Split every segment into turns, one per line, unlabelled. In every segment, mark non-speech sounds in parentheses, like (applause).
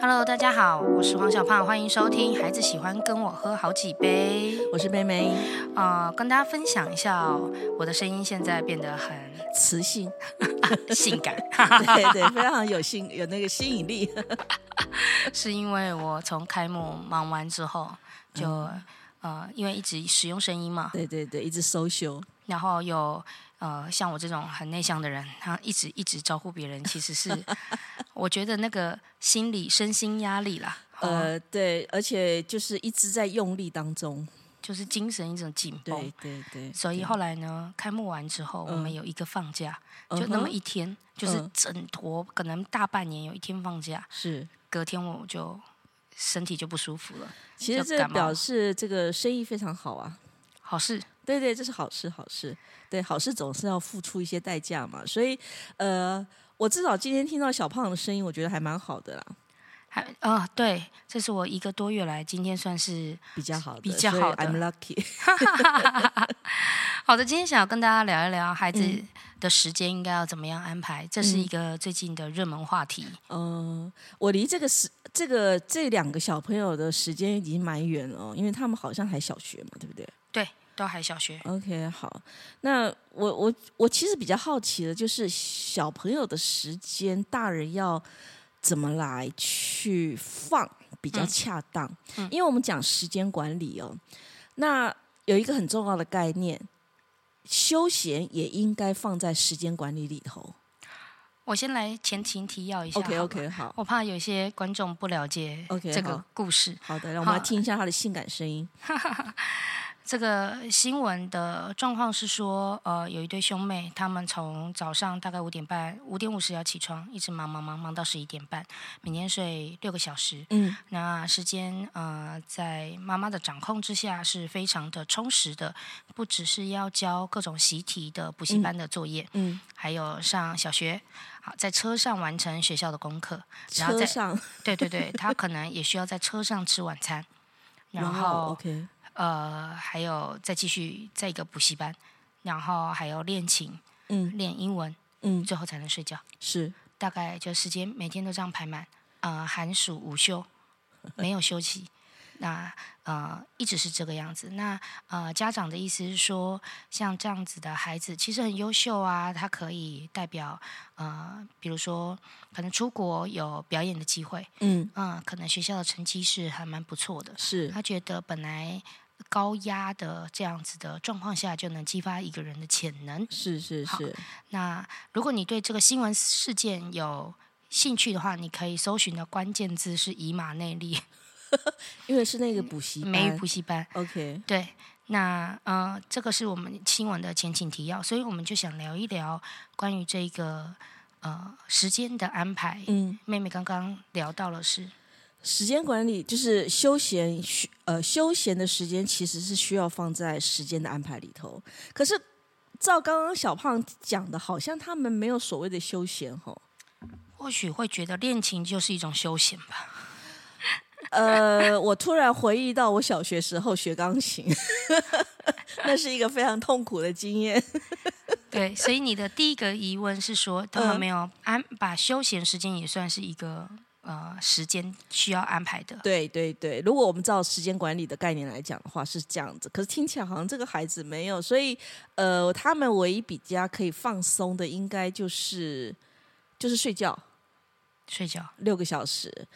Hello，大家好，我是黄小胖，欢迎收听《孩子喜欢跟我喝好几杯》。
我是妹妹，
呃，跟大家分享一下、哦，我的声音现在变得很
磁性，
性感，
(laughs) 对 (laughs) 对，非常有吸有那个吸引力。
是因为我从开幕忙完之后就、呃，因为一直使用声音嘛，
(laughs) 对对对，一直 social，
然后有呃像我这种很内向的人，他一直一直招呼别人，其实
(laughs)
是我觉得那个心理身心压力啦，呃，
呃，对，而且就是一直在用力当中，
就是精神一种紧绷。
对对对，
所以后来呢，开幕完之后，我们有一个放假，就那么一天，就是
嗯
整坨可能大半年有一天放假，
是。
隔天我就身体就不舒服了。
其实
就
这
感冒
表示这个生意非常好啊。
好事，
对对，这是好事，好事。对，好事总是要付出一些代价嘛。所以，呃，我至少今天听到小胖的声音，我觉得还蛮好的啦，
还啊、对，这是我一个多月来今天算是
比较好的，
比较好的
所以 I'm lucky。
好的。今天想要跟大家聊一聊孩子
嗯
的时间应该要怎么样安排，这是一个最近的热门话题。
嗯，我离这个时这个这两个小朋友的时间已经蛮远了哦，因为他们好像还小学嘛，对不对
对，都还小学，
？OK，好，那我我我其实比较好奇的就是小朋友的时间，大人要怎么来去放比
嗯
较恰当？因为我们讲时间管理哦，那有一个很重要的概念，休闲也应该放在时间管理里头。
我先来前情提要一下。
OK OK，好。
我怕有些观众不了解
OK，
这个
好
故事。
好的，让我们来
好
听一下他的性感声音。
(laughs) 这个新闻的状况是说，呃，有一对兄妹，他们从早上大概五点半、五点五十要起床，一直忙忙忙忙到十一点半，每天睡六个小时。
嗯，
那时间呃，在妈妈的掌控之下是非常的充实的，不只是要教各种习题的补习班的作业，
嗯，
还有上小学，好在车上完成学校的功课，然后
车
再
上，
对对对，他可能也需要在车上吃晚餐，然
哇
后
OK，
呃，还有再继续在一个补习班，然后还有练琴、
嗯
练英文，
嗯，
最后才能睡觉。
是
大概就时间每天都这样排满，呃，寒暑午休没有休息，那呃一直是这个样子。那呃家长的意思是说，像这样子的孩子其实很优秀啊，他可以代表呃，比如说可能出国有表演的机会，
嗯
嗯、可能学校的成绩是还蛮不错的，
是
他觉得本来高压的这样子的状况下，就能激发一个人的潜能。
是是
好
是，
那如果你对这个新闻事件有兴趣的话，你可以搜寻的关键字是以马内利
因为是那个补习
美语
班
补习班。
，OK，
对，那呃，这个是我们新闻的前情提要，所以我们就想聊一聊关于这个呃时间的安排。
嗯，
妹妹刚刚聊到了是
时间管理就是休闲，需呃，休闲的时间其实是需要放在时间的安排里头。可是照刚刚小胖讲的，好像他们没有所谓的休闲吼。
或许会觉得恋情就是一种休闲吧。
呃，我突然回忆到我小学时候学钢琴， (laughs) 那是一个非常痛苦的经验。
对，所以你的第一个疑问是说，他们
嗯
没有安把休闲时间也算是一个呃时间需要安排的。
对对对，如果我们照时间管理的概念来讲的话，是这样子。可是听起来好像这个孩子没有，所以呃，他们唯一比较可以放松的，应该就是就是睡觉
睡觉，
六个小时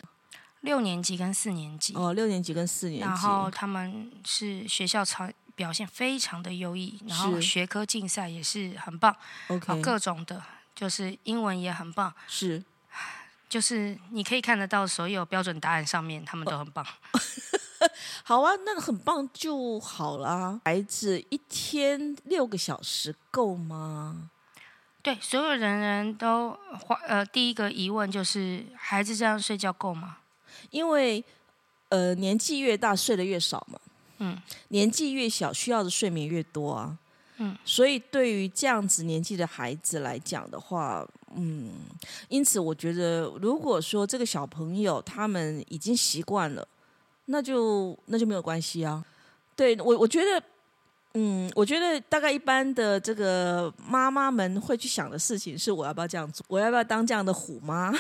六年级跟四年级，
哦，六年级跟四年
然
级，
后他们是学校常表现非常的优异，然后
是
学科竞赛也是很棒，好
OK
各种的，就是英文也很棒，
是
就是你可以看得到所有标准答案上面他们
哦
都很棒。
好啊，那很棒就好啦。孩子一天六个小时够吗？
对，所有人人都花呃，第一个疑问就是孩子这样睡觉够吗？
因为呃，年纪越大睡得越少嘛，
嗯，
年纪越小需要的睡眠越多啊，
嗯，
所以对于这样子年纪的孩子来讲的话，嗯，因此我觉得，如果说这个小朋友他们已经习惯了，那就那就没有关系啊。对我，我觉得。嗯，我觉得大概一般的这个妈妈们会去想的事情是，我要不要这样做？我要不要当这样的虎妈？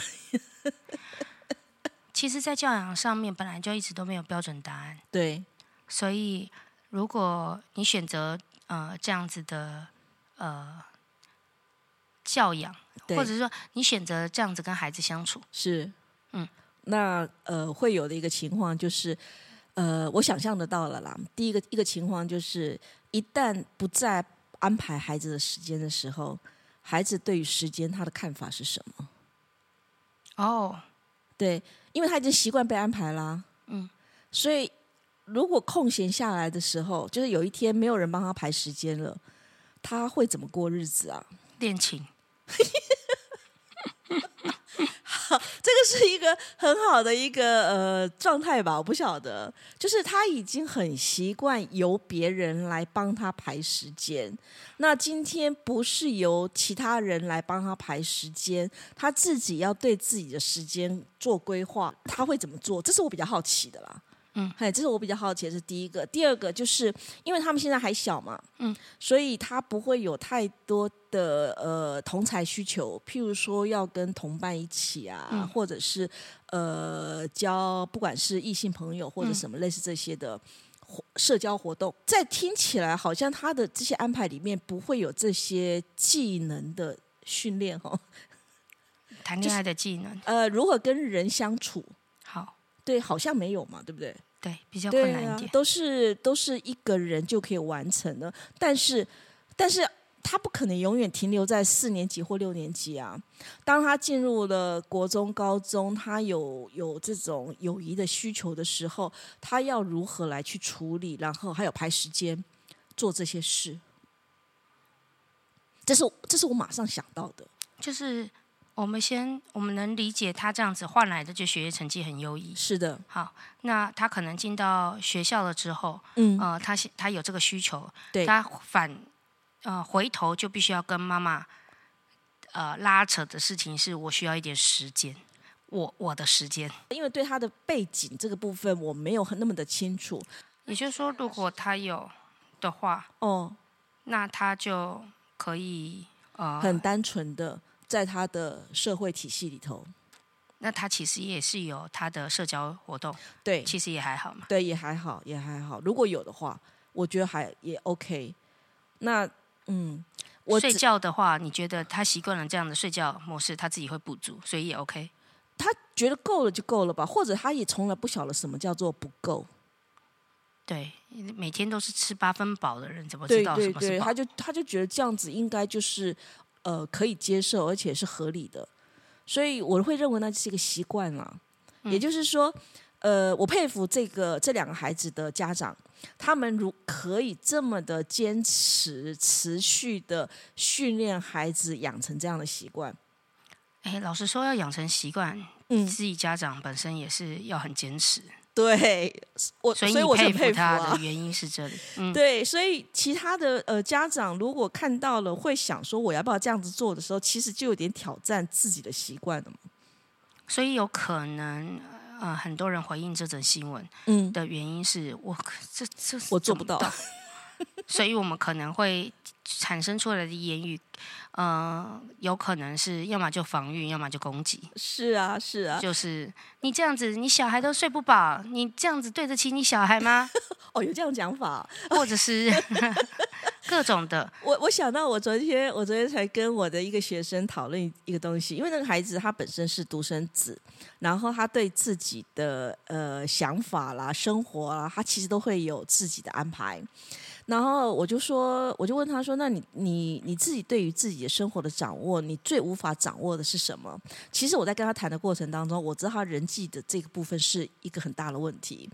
其实，在教养上面本来就一直都没有标准答案，
(laughs) 对，
所以如果你选择呃这样子的呃教养，
对
或者说你选择这样子跟孩子相处，
是，
嗯，
那呃，会有的一个情况就是，呃，我想象得到了啦。第一个一个情况就是，一旦不再安排孩子的时间的时候，孩子对于时间他的看法是什么？
哦，
对，因为他已经习惯被安排啦。
嗯，
所以如果空闲下来的时候，就是有一天没有人帮他排时间了，他会怎么过日子啊？
恋情，
这个是一个很好的一个呃状态吧，我不晓得，就是他已经很习惯由别人来帮他排时间。那今天不是由其他人来帮他排时间，他自己要对自己的时间做规划，他会怎么做？这是我比较好奇的啦。
嗯，
哎，这是我比较好奇的是第一个，第二个就是因为他们现在还小嘛，
嗯，
所以他不会有太多的呃同才需求，譬如说要跟同伴一起啊，
嗯
或者是呃交不管是异性朋友或者
嗯
什么类似这些的。活社交活动，在听起来好像他的这些安排里面不会有这些技能的训练哦。
谈恋爱的技能，
呃，如何跟人相处，
好，
对，好像没有嘛，对不对？
对，比较
对
困难一点
啊、，都是都是一个人就可以完成的。但是，但是他不可能永远停留在四年级或六年级啊。当他进入了国中、高中，他有有这种友谊的需求的时候，他要如何来去处理，然后还有排时间做这些事。这是这是我马上想到的，
就是我们先我们能理解他这样子换来的就学业成绩很优异。
是的，
好，那他可能进到学校了之后，
嗯，
呃，他是他有这个需求，
对
他反呃回头就必须要跟妈妈呃拉扯的事情是，我需要一点时间，我我的时间。
因为对他的背景这个部分我没有很那么的清楚
也就是说，如果他有的话，
哦，
那他就可以呃，
很单纯的在他的社会体系里头，
那他其实也是有他的社交活动，
对
其实也还好嘛。
对，也还好，也还好。如果有的话，我觉得还也 OK。那嗯，我
睡
只
觉的话，你觉得他习惯了这样的睡觉模式，他自己会补足，所以也 OK。
他觉得够了就够了吧，或者他也从来不晓得什么叫做不够。
对，每天都是吃八分饱的人，怎么知
对
道什
对
么是
对，
饱
他？就他就觉得这样子应该就是呃可以接受，而且是合理的，所以我会认为那是一个习惯啦。
嗯
也就是说，呃，我佩服这个这两个孩子的家长，他们如可以这么的坚持、持续的训练孩子养成这样的习惯。
哎，老实说，要养成习惯，
嗯，
自己家长本身也是要很坚持，
对我，
所以
我
你
就
佩
很佩
服
服
他
啊
的。原因是这里。嗯，
对，所以其他的呃家长如果看到了会想说我要不要这样子做的时候，其实就有点挑战自己的习惯了嘛。
所以有可能呃，很多人回应这则新闻
嗯，
的原因是我这这
我做不
怎么
到，
所以我们可能会产生出来的言语，呃，有可能是要么就防御，要么就攻击。
(laughs) 是啊是啊，
就是你这样子，你小孩都睡不饱，你这样子对得起你小孩吗？
哦有这样讲法，
或者是 (laughs) 各种的，
我我想到我昨天，我昨天才跟我的一个学生讨论一个东西，因为那个孩子他本身是独生子，然后他对自己的呃想法啦、生活啊啦，他其实都会有自己的安排。然后我就说，我就问他说：“那你你你自己对于自己的生活的掌握，你最无法掌握的是什么？”其实我在跟他谈的过程当中，我知道他人际的这个部分是一个很大的问题。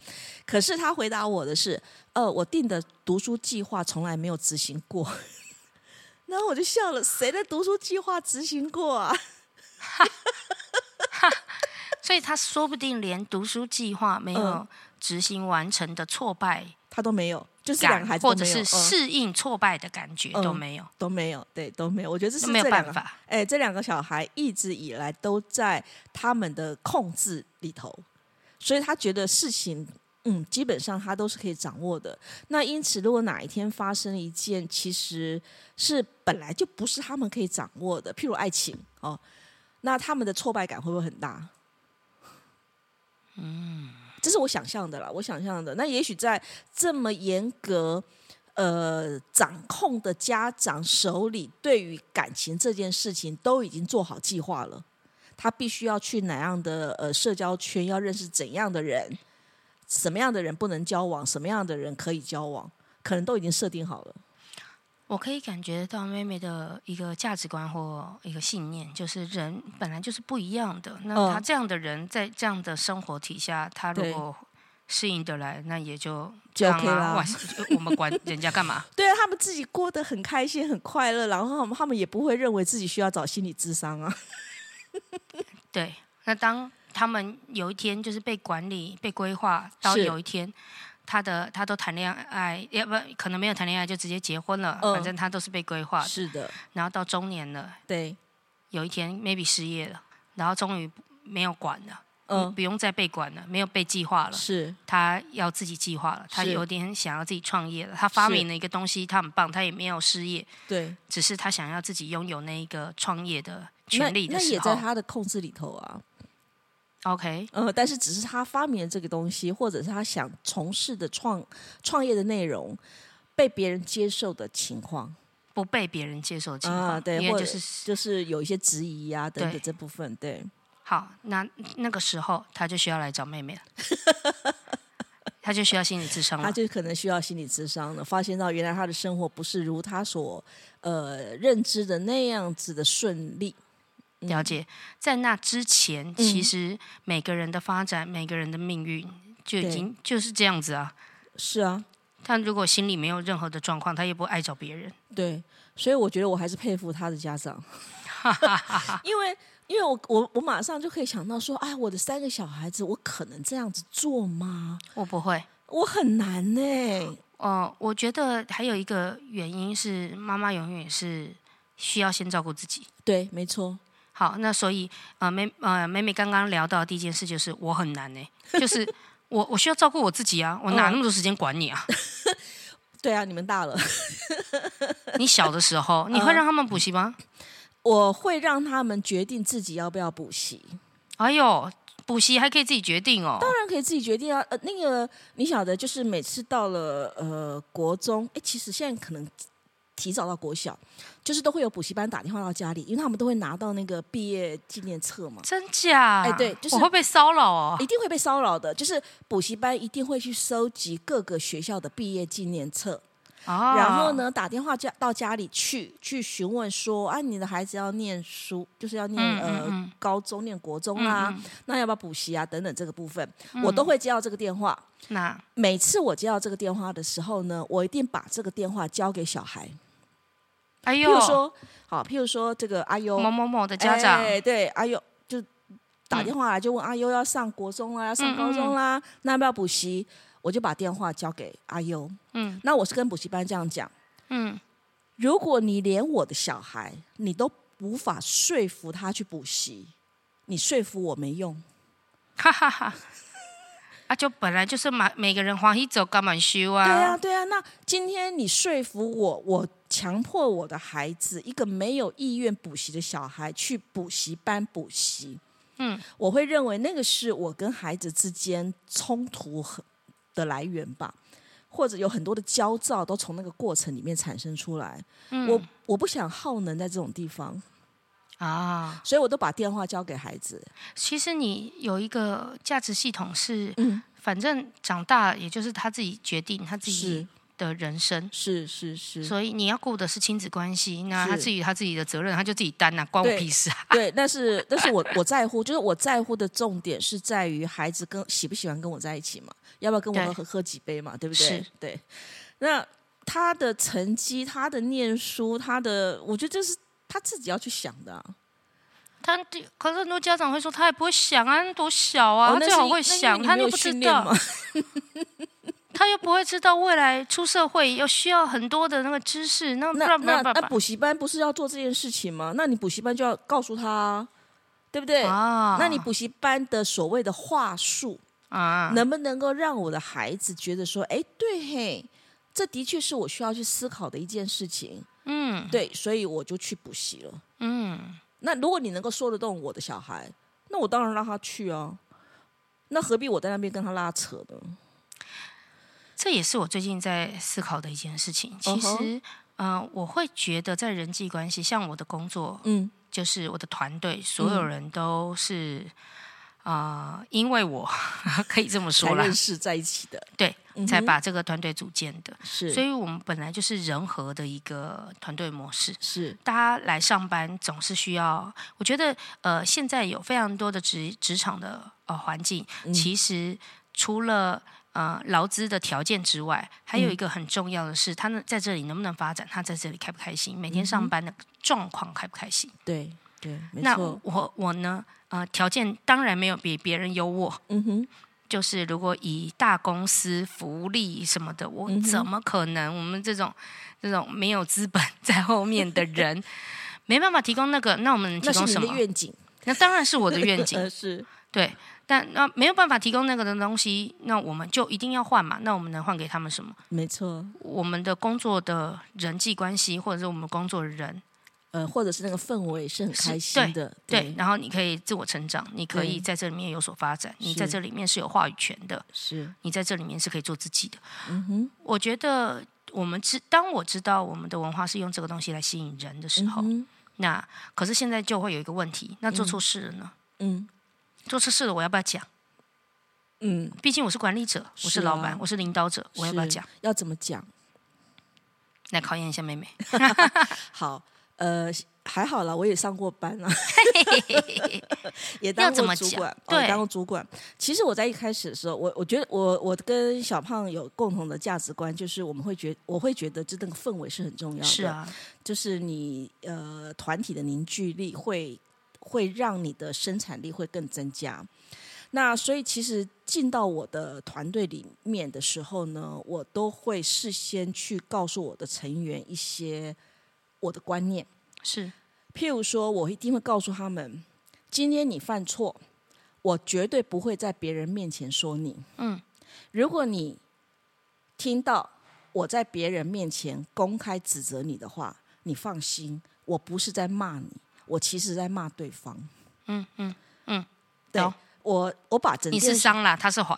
可是他回答我的是：“呃，我定的读书计划从来没有执行过。”然后我就笑了，谁的读书计划执行过啊？
所以他说不定连读书计划没有
嗯
执行完成的挫败
他都没有，就是两
感
个，孩子
或
都
者
没有，
是
嗯、
适应挫败的感觉
嗯
都没有，
都没有，对，都没有。我觉得这是
都没有
这两
办
个，
法。
哎，这两个小孩一直以来都在他们的控制里头，所以他觉得事情。嗯，基本上他都是可以掌握的。那因此，如果哪一天发生了一件其实是本来就不是他们可以掌握的，譬如爱情哦，那他们的挫败感会不会很大？这是我想象的啦，我想象的。那也许在这么严格呃掌控的家长手里，对于感情这件事情都已经做好计划了。他必须要去哪样的呃社交圈，要认识怎样的人，什么样的人不能交往，什么样的人可以交往，可能都已经设定好了。
我可以感觉到妹妹的一个价值观或一个信念，就是人本来就是不一样的。那
嗯
她这样的人在这样的生活体下，她如
对
果适应得来，那也就这
就
样
OK
啊
啦
哇就我们管人家干嘛？
对啊，他们自己过得很开心、很快乐，然后他们也不会认为自己需要找心理智商啊。
对，那当他们有一天就是被管理、被规划，到
是
有一天。他的他都谈恋爱，也不可能没有谈恋爱就直接结婚了，
嗯
反正他都是被规划的。
啊是的，
然后到中年了，
对，
有一天 maybe 失业了，然后终于没有管了，嗯，
嗯，
不用再被管了，没有被计划了，
是
他要自己计划了，他
是
有点想要自己创业了，他发明了一个东西，他很棒，他也没有失业，
对，
只是他想要自己拥有那一个创业的
那
权利的
那
时
也在
候
他的控制里头啊。
，OK，
呃，但是只是他发明了这个东西，或者是他想从事的创创业的内容被别人接受的情况，
不被别人接受的情况，
啊对
因为
或
就
者
是
就是有一些质疑啊等
对
等这部分，对，
好，那那个时候他就需要来找妹妹了，
(laughs)
他就需要心理智商
他
了，
就可能需要心理咨商了，发现到原来他的生活不是如他所呃认知的那样子的顺利，嗯
了解，在那之前，其实每个人的发展、每个人的命运就已
对
经就是这样子啊。
是啊，
他如果心里没有任何的状况，他也不爱找别人。
对，所以我觉得我还是佩服他的家长，因为因为我我我马上就可以想到说，哎，我的三个小孩子，我可能这样子做吗？
我不会。
我很难呢、
哦、我觉得还有一个原因是，妈妈永远是需要先照顾自己。
对，没错，
好，那所以呃，妹呃，妹妹刚刚聊到的第一件事就是我很难呢、就是
(laughs)
我我需要照顾我自己啊，我
哦
哪那么多时间管你啊？ (laughs)
对啊，你们大了，
你小的时候，
嗯
你会让他们补习吗？
(laughs) 我会让他们决定自己要不要补习，
哎呦，补习还可以自己决定哦。
当然可以自己决定啊。呃，那个你晓得，就是每次到了呃国中，哎，其实现在可能提早到国小，就是都会有补习班打电话到家里，因为他们都会拿到那个毕业纪念册嘛。
真假？
哎对就是
我会被骚扰哦。
一定会被骚扰的，就是补习班一定会去收集各个学校的毕业纪念册，
啊
哎然后？呢打电话家到家里去去询问说啊，你的孩子要念书，就是要念、
嗯嗯
呃
嗯
高中、念国中
嗯
啦、
嗯
那要不要补习啊等等这个部分，我都会接到这个电话。
那
每次我接到这个电话的时候呢，我一定把这个电话交给小孩。
哎
譬
呦，
如说，好，譬如说这个阿优
某某某的家长，嗯
哎、对，阿优就打电话来就问阿优要上国中啦，要上高中啦，那要不要补习？我就把电话交给阿优。
嗯
那我是跟补习班这样讲：
嗯，
如果你连我的小孩你都无法说服他去补习，你说服我没用。
哈哈哈。 (laughs) 啊，就本来就是每每个人欢喜走干满修啊。
对啊，，对啊。那今天你说服我，我强迫我的孩子，一个没有意愿补习的小孩去补习班补习，
嗯，
我会认为那个是我跟孩子之间冲突和的来源吧。或者有很多的焦躁都从那个过程里面产生出来，
嗯
我我不想耗能在这种地方，
啊，
所以我都把电话交给孩子。
其实你有一个价值系统是，
嗯
反正长大也就是他自己决定他自己
是
的人生。
是是是，
所以你要顾的是亲子关系，那
是
他自己他自己的责任，他就自己担啊，关我
对
屁事啊！
对，但是但是我我在乎，就是我在乎的重点是在于孩子跟喜不喜欢跟我在一起嘛，要不要跟
对
我喝喝几杯嘛，对不对？
是
对。那他的成绩、他的念书、他的，我觉得这是他自己要去想的、啊。
他可是很多家长会说，他也不会想啊，那多小啊，
哦
他
那
最
是
好会
因那因为
想，
你
他
没
又
有
不知
训练
道
嘛，
(laughs) 他又不会知道未来出社会要需要很多的那个知识，那
那
不
那
不
那
不
补习班不是要做这件事情吗？那你补习班就要告诉他、啊，对不对？
啊
那你补习班的所谓的话术，
啊，
能不能够让我的孩子觉得说，哎，对嘿，这的确是我需要去思考的一件事情。
嗯
对，所以我就去补习了。
嗯，
那如果你能够说得动我的小孩，那我当然让他去啊。那何必我在那边跟他拉扯呢？
这也是我最近在思考的一件事情。其实
嗯哼
呃，我会觉得在人际关系，像我的工作，
嗯，
就是我的团队，所有人都是啊、呃因为我可以这么
才
说啦
认，识在一起的，
对，
嗯哼
才把这个团队组建的。
是，
所
以
以我们本来就是人和的一个团队模式。
是
大家来上班总是需要，我觉得呃，现在有非常多的职职场的呃环境，
嗯
其实除了呃劳资的条件之外，还
嗯
有一个很重要的是，他能在这里能不能发展，他在这里开不开心，
嗯
每天上班的状况开不开心。
对对，没
那
错，
我我呢，呃，条件当然没有比别人优渥，
嗯哼，
就是如果以大公司福利什么的，
嗯
我怎么可能？我们这种这种没有资本在后面的人，没办法提供那个，那我们能提
那是
供
你
什
的
么？
愿景，
那当然是我的愿
(laughs)
景，
呃是，
对。但那没有办法提供那个的东西，那我们就一定要换嘛？那我们能换给他们什么？
没错，
我们的工作的人际关系，或者是我们工作的人，
呃，或者是那个氛围是很
是
开心的，
对。然后你可以自我成长，你可以
对
在这里面有所发展，你
是
在这里面是有话语权的。
是，
你在这里面是可以做自己的。嗯哼，我觉得我们知，当我知道我们的文化是用这个东西来吸引人的时候，
嗯
那可是现在就会有一个问题，那做错事了呢？
嗯
做错事了，我要不要讲？
嗯，
毕竟我是管理者，我
是
是
啊
老板，我是领导者，我要不要
是
讲？
要怎么讲？
来考验一下妹
(laughs)
妹。
好，呃，还好啦，我也上过班啊，也
要
当
怎
过
么
主
讲
管，
对
哦，也当过主管。其实我在一开始的时候，我我觉得我我跟小胖有共同的价值观，就是我们会觉我会觉得这那个氛围是很重要的，
是，啊，
就是你呃团体的凝聚力会会让你的生产力会更增加。那所以其实进到我的团队里面的时候呢，我都会事先去告诉我的成员一些我的观念。
是
譬如说，我一定会告诉他们，今天你犯错，我绝对不会在别人面前说你。
嗯，
如果你听到我在别人面前公开指责你的话，你放心，我不是在骂你，我其实在骂对方。
嗯嗯嗯，
对
懂，
我我把整
你
件
是
事
伤啦，他是怀，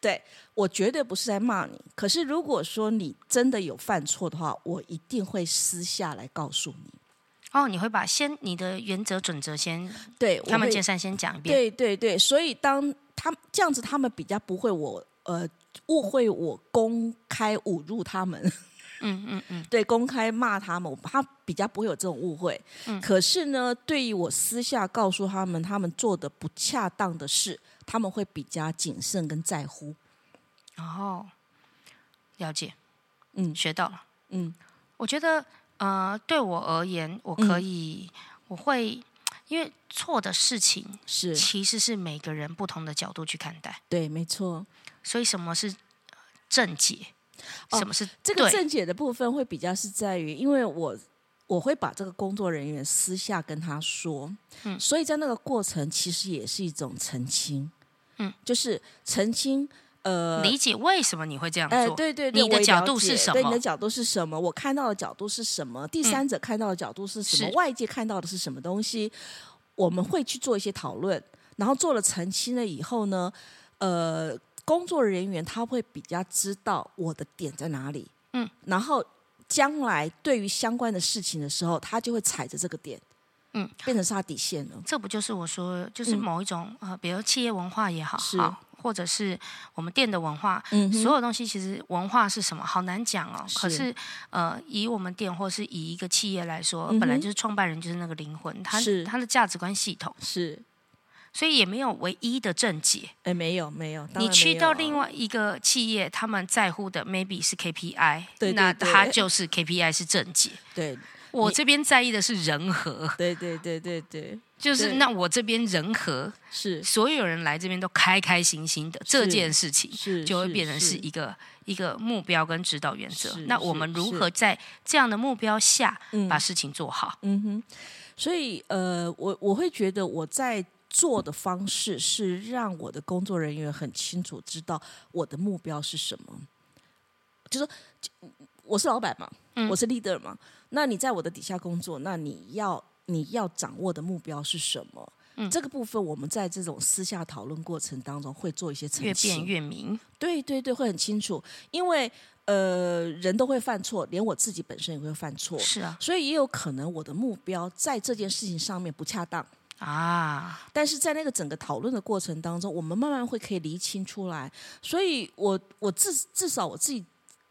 对我绝对不是在骂你。可是如果说你真的有犯错的话，我一定会私下来告诉你。
哦，你会把先你的原则准则先，
对，我
他们
会
见善先讲一遍。
对对对，所以当他们这样子，他们比较不会我呃误会我公开侮辱他们，
嗯嗯嗯，
(laughs) 对，公开骂他们，我他比较不会有这种误会。
嗯
可是呢，对于我私下告诉他们他们做的不恰当的事，他们会比较谨慎跟在乎。
然后了解，
嗯
学到了。
嗯
我觉得，呃，对我而言，我可以，我会，因为错的事情 (laughs)
是
其实是每个人不同的角度去看待，
对，没错。
所以什么是呃正解，
哦
什么是
这个
对
正解的部分会比较是在于，因为我我会把这个工作人员私下跟他说，
嗯
所以在那个过程其实也是一种澄清，
嗯，
就是澄清，呃，
理解为什么你会这样
哎，
做？
对对对，
你的
我也
角
了
度是
解
什
对，你
么嗯
的角度是什么？我看到的角度是什么？第三者看到的角度是什么？
是
外界看到的是什么东西？我们会去做一些讨论，然后做了澄清了以后呢，呃，工作人员他会比较知道我的点在哪里，
嗯，
然后将来对于相关的事情的时候，他就会踩着这个点，
嗯，
变成是他底线了，
这不就是我说，就是
嗯
某一种、呃，比如企业文化也好，
是
好或者是我们店的文化，
嗯
所有东西其实文化是什么，好难讲哦。
是
可是呃，以我们店或是以一个企业来说，
嗯哼
本来就是创办人就是那个灵魂，他
是
他的价值观系统，
是，
所以也没有唯一的正解。
哎，没有没有，当
你
然
去
没
到
有啊
另外一个企业，他们在乎的 maybe 是 KPI，
对对
那
对
他就是 KPI 是正解。
对
我这边在意的是人和，
对对对对对，
就是
对
那我这边人和，
是
所有人来这边都开开心心的，这件事情
是
就会变成是
是
一个一个目标跟指导原则
是。
那我
是
们如
是
何在这样的目标下
嗯
把事情做好？
嗯哼，所以呃，我我会觉得我在做的方式是让我的工作人员很清楚知道我的目标是什么，就说就我是老板嘛，
嗯
我是 leader 嘛，那你在我的底下工作，那你要你要掌握的目标是什么？
嗯
这个部分我们在这种私下讨论过程当中会做一些澄
越变，
清
越明。
对对对，会很清楚，因为呃，人都会犯错，连我自己本身也会犯错，
是啊，
所以也有可能我的目标在这件事情上面不恰当。
啊，
但是在那个整个讨论的过程当中，我们慢慢会可以厘清出来。所以我我至至少我自己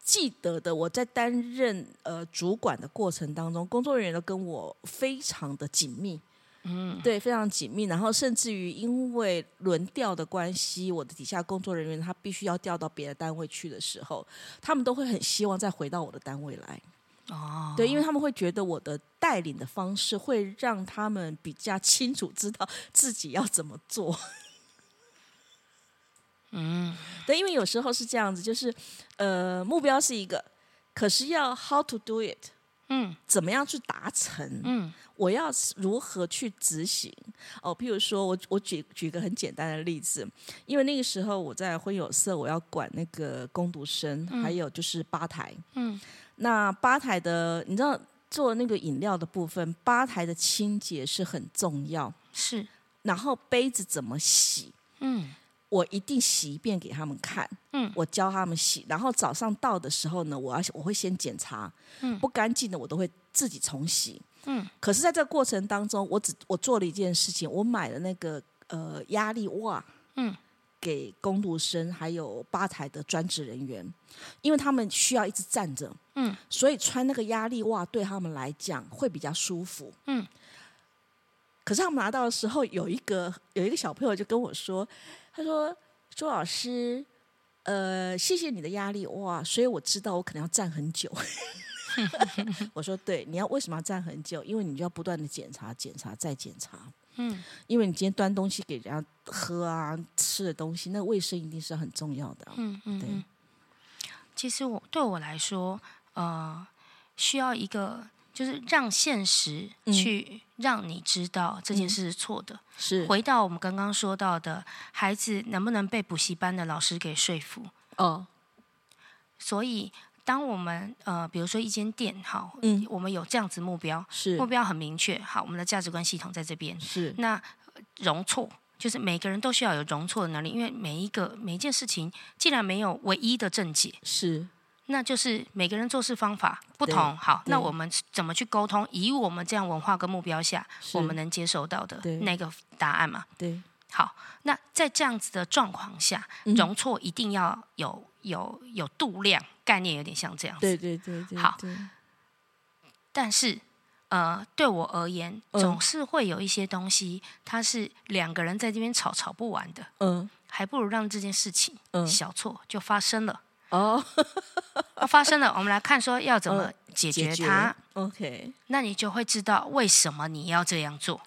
记得的，我在担任呃主管的过程当中，工作人员都跟我非常的紧密。嗯，对，非常紧密。然后甚至于因为轮调的关系，我的底下工作人员他必须要调到别的单位去的时候，他们都会很希望再回到我的单位来。
哦，
对，因为他们会觉得我的带领的方式会让他们比较清楚知道自己要怎么做。
(laughs) 嗯，
对，因为有时候是这样子，就是呃，目标是一个，可是要 how to do it，
嗯
怎么样去达成，
嗯
我要如何去执行？哦，譬如说我我举举个很简单的例子，因为那个时候我在婚友社，我要管那个工读生，还有就是吧台。
嗯，
那吧台的，你知道做那个饮料的部分，吧台的清洁是很重要。
是，
然后杯子怎么洗，
嗯
我一定洗一遍给他们看，
嗯
我教他们洗，然后早上到的时候呢，我要我会先检查，
嗯
不干净的我都会自己重洗，
嗯，
可是在这个过程当中，我只我做了一件事情，我买了那个呃压力袜，
嗯，
给工读生还有吧台的专职人员，因为他们需要一直站着，
嗯，
所以穿那个压力袜对他们来讲会比较舒服，
嗯。
可是他们拿到的时候，有一个有一个小朋友就跟我说，他说：“周老师，呃，谢谢你的压力哇，所以我知道我可能要站很久。” (laughs) 我说：“对，你要为什么要站很久？因为你就要不断的检查、检查再检查，
嗯
因为你今天端东西给人家喝啊、吃的东西，那卫生一定是很重要的。
嗯嗯
对
嗯。其实我对我来说，呃，需要一个就是让现实
嗯
去让你知道这件
嗯
事是错的。
是
回到我们刚刚说到的，孩子能不能被补习班的老师给说服？
哦，
所以，当我们呃，比如说一间店，好，
嗯
我们有这样子目标，
是
目标很明确，好，我们的价值观系统在这边。
是
那呃容错就是每个人都需要有容错的能力，因为每一个每一件事情，既然没有唯一的正解，
是
那就是每个人做事方法不
对
同。好，
对
那我们怎么去沟通？以我们这样文化跟目标下，
是
我们能接受到的
对
那个答案嘛？
对
好，那在这样子的状况下，
嗯
容错一定要有有有度量概念，有点像这样子。
对对对对
好
对
但是，呃，对我而言，
嗯
总是会有一些东西，它是两个人在这边吵吵不完的，
嗯
还不如让这件事情
嗯
小错就发生了。
哦，
啊发生了，我们来看说要怎么
嗯
解决它。
OK。
那你就会知道为什么你要这样做。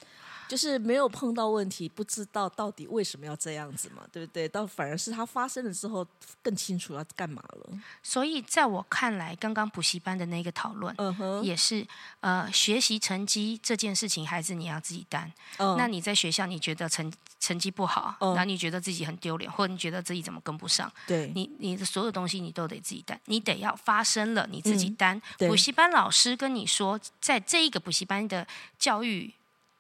就是没有碰到问题，不知道到底为什么要这样子嘛，对不对？到反而是它发生了之后更清楚要干嘛了。
所以，在我看来，刚刚补习班的那个讨论。
嗯哼，
也是，呃，学习成绩这件事情，孩子你要自己担。
嗯
那你在学校，你觉得成成绩不好，
嗯
然后你觉得自己很丢脸，或者你觉得自己怎么跟不上，
对
你你的所有东西你都得自己担，你得要发生了你自己
嗯
担。
对
补习班老师跟你说，在这一个补习班的教育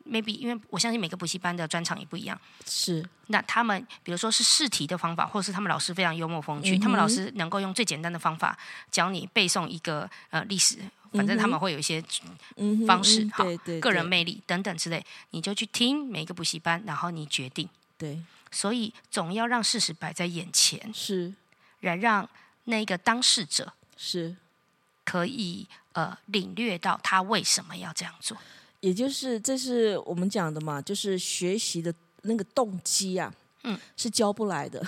，maybe 因为我相信每个补习班的专长也不一样。
是
那他们比如说是试题的方法，或是他们老师非常幽默风趣，
嗯哼
他们老师能够用最简单的方法教你背诵一个呃历史，反正他们会有一些
嗯哼
方式
嗯
好
对对
个人
对
魅力等等之类，你就去听每一个补习班，然后你决定。
对
所以总要让事实摆在眼前，
是
来让那个当事者
是，
可以呃领略到他为什么要这样做。
也就是这是我们讲的嘛，就是学习的那个动机啊，
嗯，
是教不来的。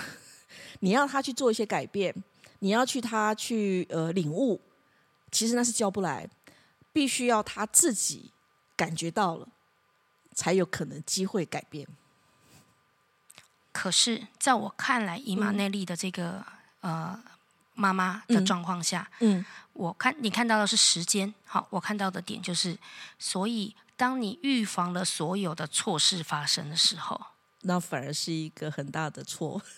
(laughs) 你要他去做一些改变，你要去他去呃领悟，其实那是教不来，必须要他自己感觉到了，才有可能机会改变。
可是，在我看来，以马内利的这个、呃妈妈的
嗯
状况下，
嗯，
我看你看到的是时间，好，我看到的点就是，所以当你预防了所有的错事发生的时候，
那反而是一个很大的错。 (laughs)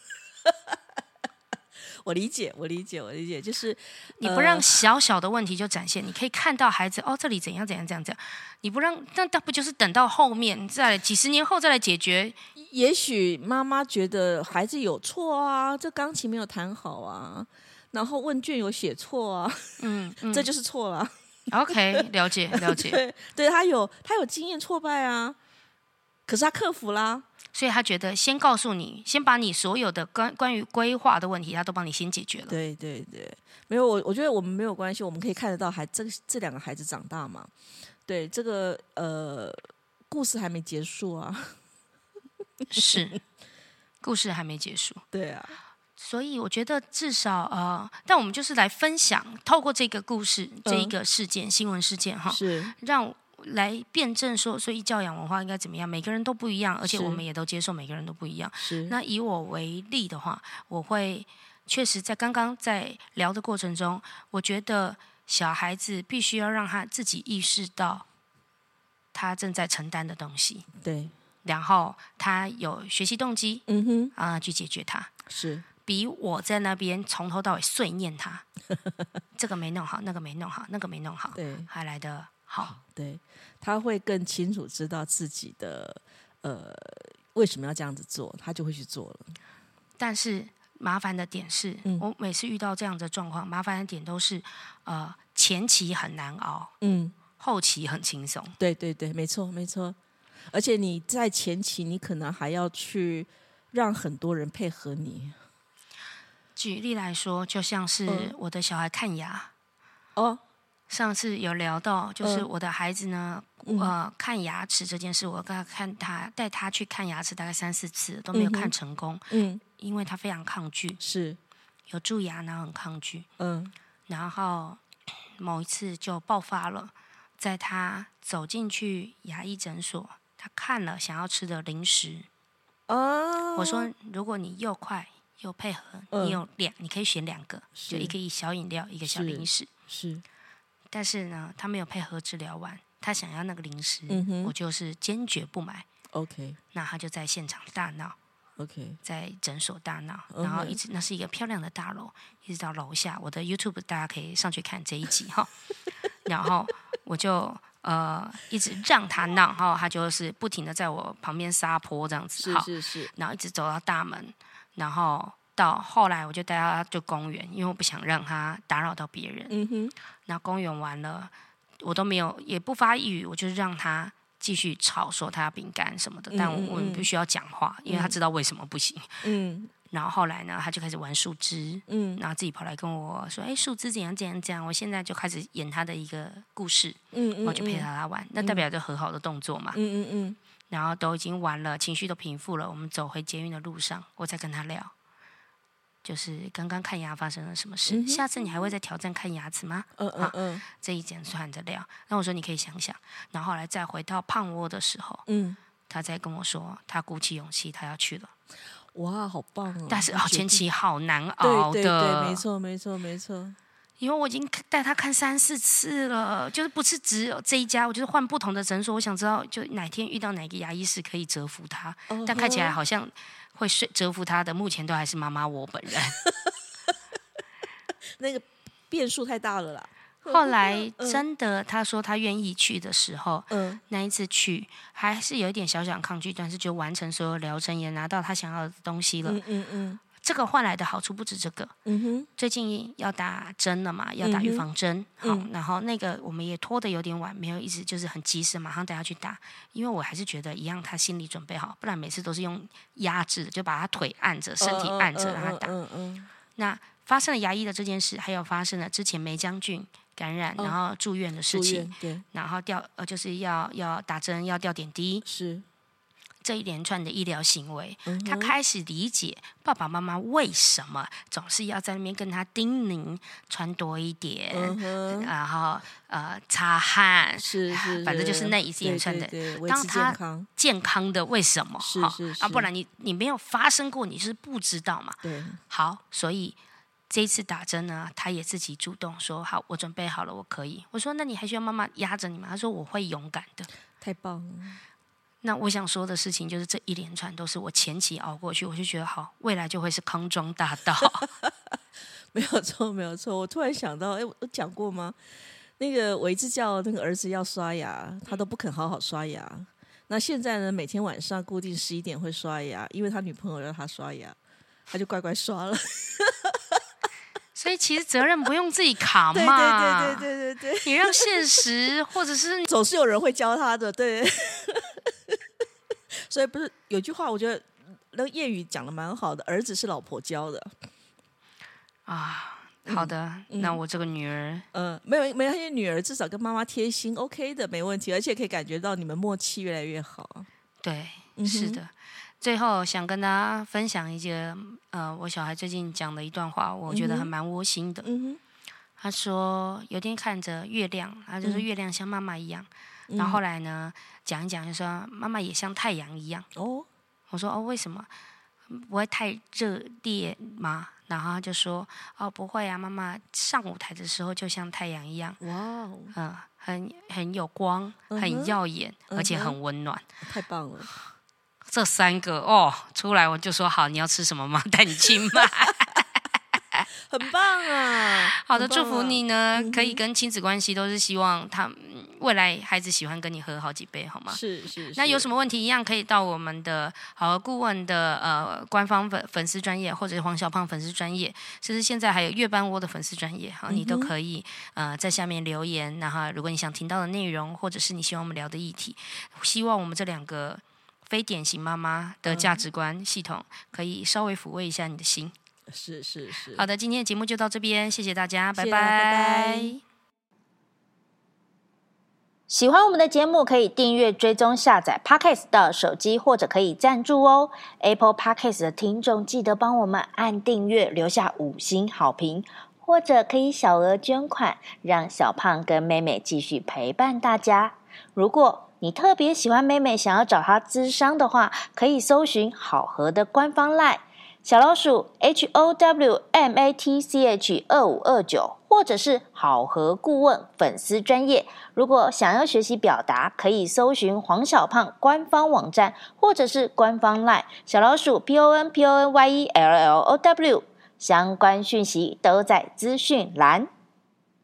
我理解，我理解，我理解，就是
你不让小小的问题就展现，你可以看到孩子哦，这里怎样怎样怎样怎样，你不让，那那不就是等到后面再来几十年后再来解决？
也许妈妈觉得孩子有错啊，这钢琴没有弹好啊，然后问卷有写错啊，
嗯，嗯
这就是错了。
OK，了解 (laughs) 了
(laughs)
解，
对，对他有他有经验挫败啊，可是他克服啦。
所以他觉得先告诉你，先把你所有的关关于规划的问题，他都帮你先解决了。
对对对，没有我，我觉得我们没有关系，我们可以看得到孩这这两个孩子长大嘛。对，这个呃，故事还没结束啊。
是，故事还没结束。
对啊，
所以我觉得至少呃，但我们就是来分享，透过这个故事、这一个事件、新闻事件哈，
嗯是
让我来辩证说，所以教养文化应该怎么样？每个人都不一样，而且
是
我们也都接受每个人都不一样。
是
那以我为例的话，我会确实在刚刚在聊的过程中，我觉得小孩子必须要让他自己意识到他正在承担的东西，
对，
然后他有学习动机
嗯哼，
啊、去解决它。
是
比我在那边从头到尾碎念他，这个没弄好，那个没弄好，那个没弄好，
对
还来的好。
对，他会更清楚知道自己的呃为什么要这样子做，他就会去做了。
但是麻烦的点是，
嗯
我每次遇到这样的状况，麻烦的点都是，呃，前期很难熬，
嗯，
后期很轻松。
对对对，没错没错。而且你在前期，你可能还要去让很多人配合你。
举例来说，就像是
嗯
我的小孩看牙，
哦，
上次有聊到，就是
嗯
我的孩子呢，呃，看牙齿这件事，我跟他看他带他去看牙齿大概三四次都没有
嗯哼
看成功，
嗯，
因为他非常抗拒，
是，
有蛀牙，然后很抗拒。
嗯
然后 (clears throat) 某一次就爆发了，在他走进去牙医诊所，他看了想要吃的零食，
啊，
我说如果你又快又配合，
嗯
你有两，你可以选两个，
是
就一个小饮料，一个小
是
零食。
是，
但是呢，他没有配合治疗完，他想要那个零食，
嗯
我
哼
就是坚决不买。
，OK
那他就在现场大闹，
OK，
在诊所大闹，
嗯
然后
哼
一直那是一个漂亮的大楼，一直到楼下。我的 YouTube 大家可以上去看这一集
(laughs)
哈。然后我就呃一直让他闹哈，他就是不停的在我旁边撒泼这样子
是
哈，
是是，
然后一直走到大门，然后到后来我就带他就公园，因为我不想让他打扰到别人。
嗯哼，
那公园完了，我都没有也不发一语，我就是让他继续吵说他要饼干什么的，但
嗯嗯
我们
嗯
必须要讲话，因为他知道为什么不行。
嗯
然后后来呢，他就开始玩树枝，
嗯
然后自己跑来跟我说：“哎，树枝怎样怎样怎样。”我现在就开始演他的一个故事，
嗯嗯，
我就陪他他玩，那代表就和好的动作嘛。
嗯，嗯嗯
然后都已经玩了，情绪都平复了，我们走回捷运的路上，我再跟他聊，就是刚刚看牙发生了什么事。
嗯哼
下次你还会再挑战看牙齿吗？
嗯嗯嗯嗯
这一整串着聊。那我说你可以想想。然后后来再回到胖窝的时候，
嗯，
他再跟我说，他鼓起勇气，他要去了。
哇，好棒哦！
但是哦，前
决定
期好难熬的，
对对对，没错没错没错，
因为我已经看带他看三四次了，就是不是只有这一家，我就是换不同的诊所，我想知道就哪天遇到哪个牙医是可以折服他，
哦
但看起来好像会说折服他的，目前都还是妈妈我本人。
那个变数太大了啦。
后来真的他说他愿意去的时候，
嗯
那一次去还是有一点小小抗拒，但是就完成所有疗程，也拿到他想要的东西了。
嗯嗯嗯
这个换来的好处不止这个，
嗯哼，
最近要打针了嘛，要
嗯
打预防针，好、然后那个我们也拖得有点晚，没有一直就是很及时，马上带他去打，因为我还是觉得一样，他心理准备好，不然每次都是用压制的，就把他腿按着，身体按着让他打。
嗯嗯
那发生了牙医的这件事，还有发生了之前梅将军感染，然后住院的事
嗯住
情，
院对
然后掉呃就是要要打针，要吊点滴，
是，
这一连串的医疗行为，
嗯
他开始理解爸爸妈妈为什么总是要在那边跟他叮咛穿多一点，
嗯哼，
然后呃擦汗，
是
啊
是，
反正就是那一连串的
对，对对维
当
持
他
健康，
健康的为什么？
是
哈
是
啊，
是
不然你你没有发生过，你是不知道嘛。
对，
好，所以这一次打针呢，他也自己主动说好，我准备好了，我可以。我说那你还需要妈妈压着你吗？他说我会勇敢的。
太棒了， (laughs)
那我想说的事情就是，这一连串都是我前期熬过去，我就觉得好，未来就会是康庄大道。
没有错，没有错。我突然想到，哎，我我讲过吗？那个我一直叫那个儿子要刷牙，他都不肯好好刷牙。那现在呢，每天晚上固定十一点会刷牙，因为他女朋友让他刷牙，他就乖乖刷了。
所以其实责任不用自己扛
(laughs) 对
嘛，
对对对对对对，
你让现实或者是
总是有人会教他的，对。 (laughs) 所以不是有句话，我觉得那个谚语讲的蛮好的，儿子是老婆教的。
啊，好的，那我这个女儿
嗯，没有没有，因为女儿至少跟妈妈贴心，OK 的，没问题，而且可以感觉到你们默契越来越好。嗯
对，是的。最后想跟大家分享一些，呃，我小孩最近讲的一段话，我觉得还蛮窝心的。
嗯
他说有天看着月亮，他
嗯
就说月亮像妈妈一样。然后后来呢，讲一讲就说妈妈也像太阳一样。
哼，哦，
我说哦，为什么？不会太热烈吗？然后他就说哦，不会啊，妈妈上舞台的时候就像太阳一样，
哇哦，
嗯、很很有光，
嗯哼
很耀眼，而且
嗯哼
很温暖。
太
(laughs)
棒了！
这三个哦，出来我就说好，你要吃什么吗？ (laughs) 带你去
(laughs)
买。
很棒啊！
好的，
很棒
祝
啊
福你呢，可以跟亲子关系都是希望他嗯未来孩子喜欢跟你喝好几杯，好吗？
(laughs) 是是，
那有
么？
什么问题一样可以到我们的好顾问的呃官方粉粉丝专业，或者是黄小胖粉丝专业，甚至现在还有月半窝的粉丝专业，
嗯
好，你都可以呃在下面留言。然后如果你想听到的内容，或者是你希望我们聊的议题，希望我们这两个非典型妈妈的价值观系统可以稍微抚慰一下你的心。
是是是，
好的，今天的节目就到这边，谢谢大家，
谢谢
拜
拜拜
喜欢我们的节目，可以订阅、追踪、下载 Podcast 到手机，或者可以赞助哦。Apple Podcast 的听众记得帮我们按订阅，留下五星好评，或者可以小额捐款，让小胖跟妹妹继续陪伴大家。如果你特别喜欢妹妹，想要找她咨商的话，可以搜寻好和的官方 LINE 小老鼠 H O W M A T C H 二五二九，或者是好和顾问粉丝专业。如果想要学习表达，可以搜寻黄小胖官方网站或者是官方 LINE 小老鼠 P O N P O N Y E L L O W，相关讯息都在资讯栏。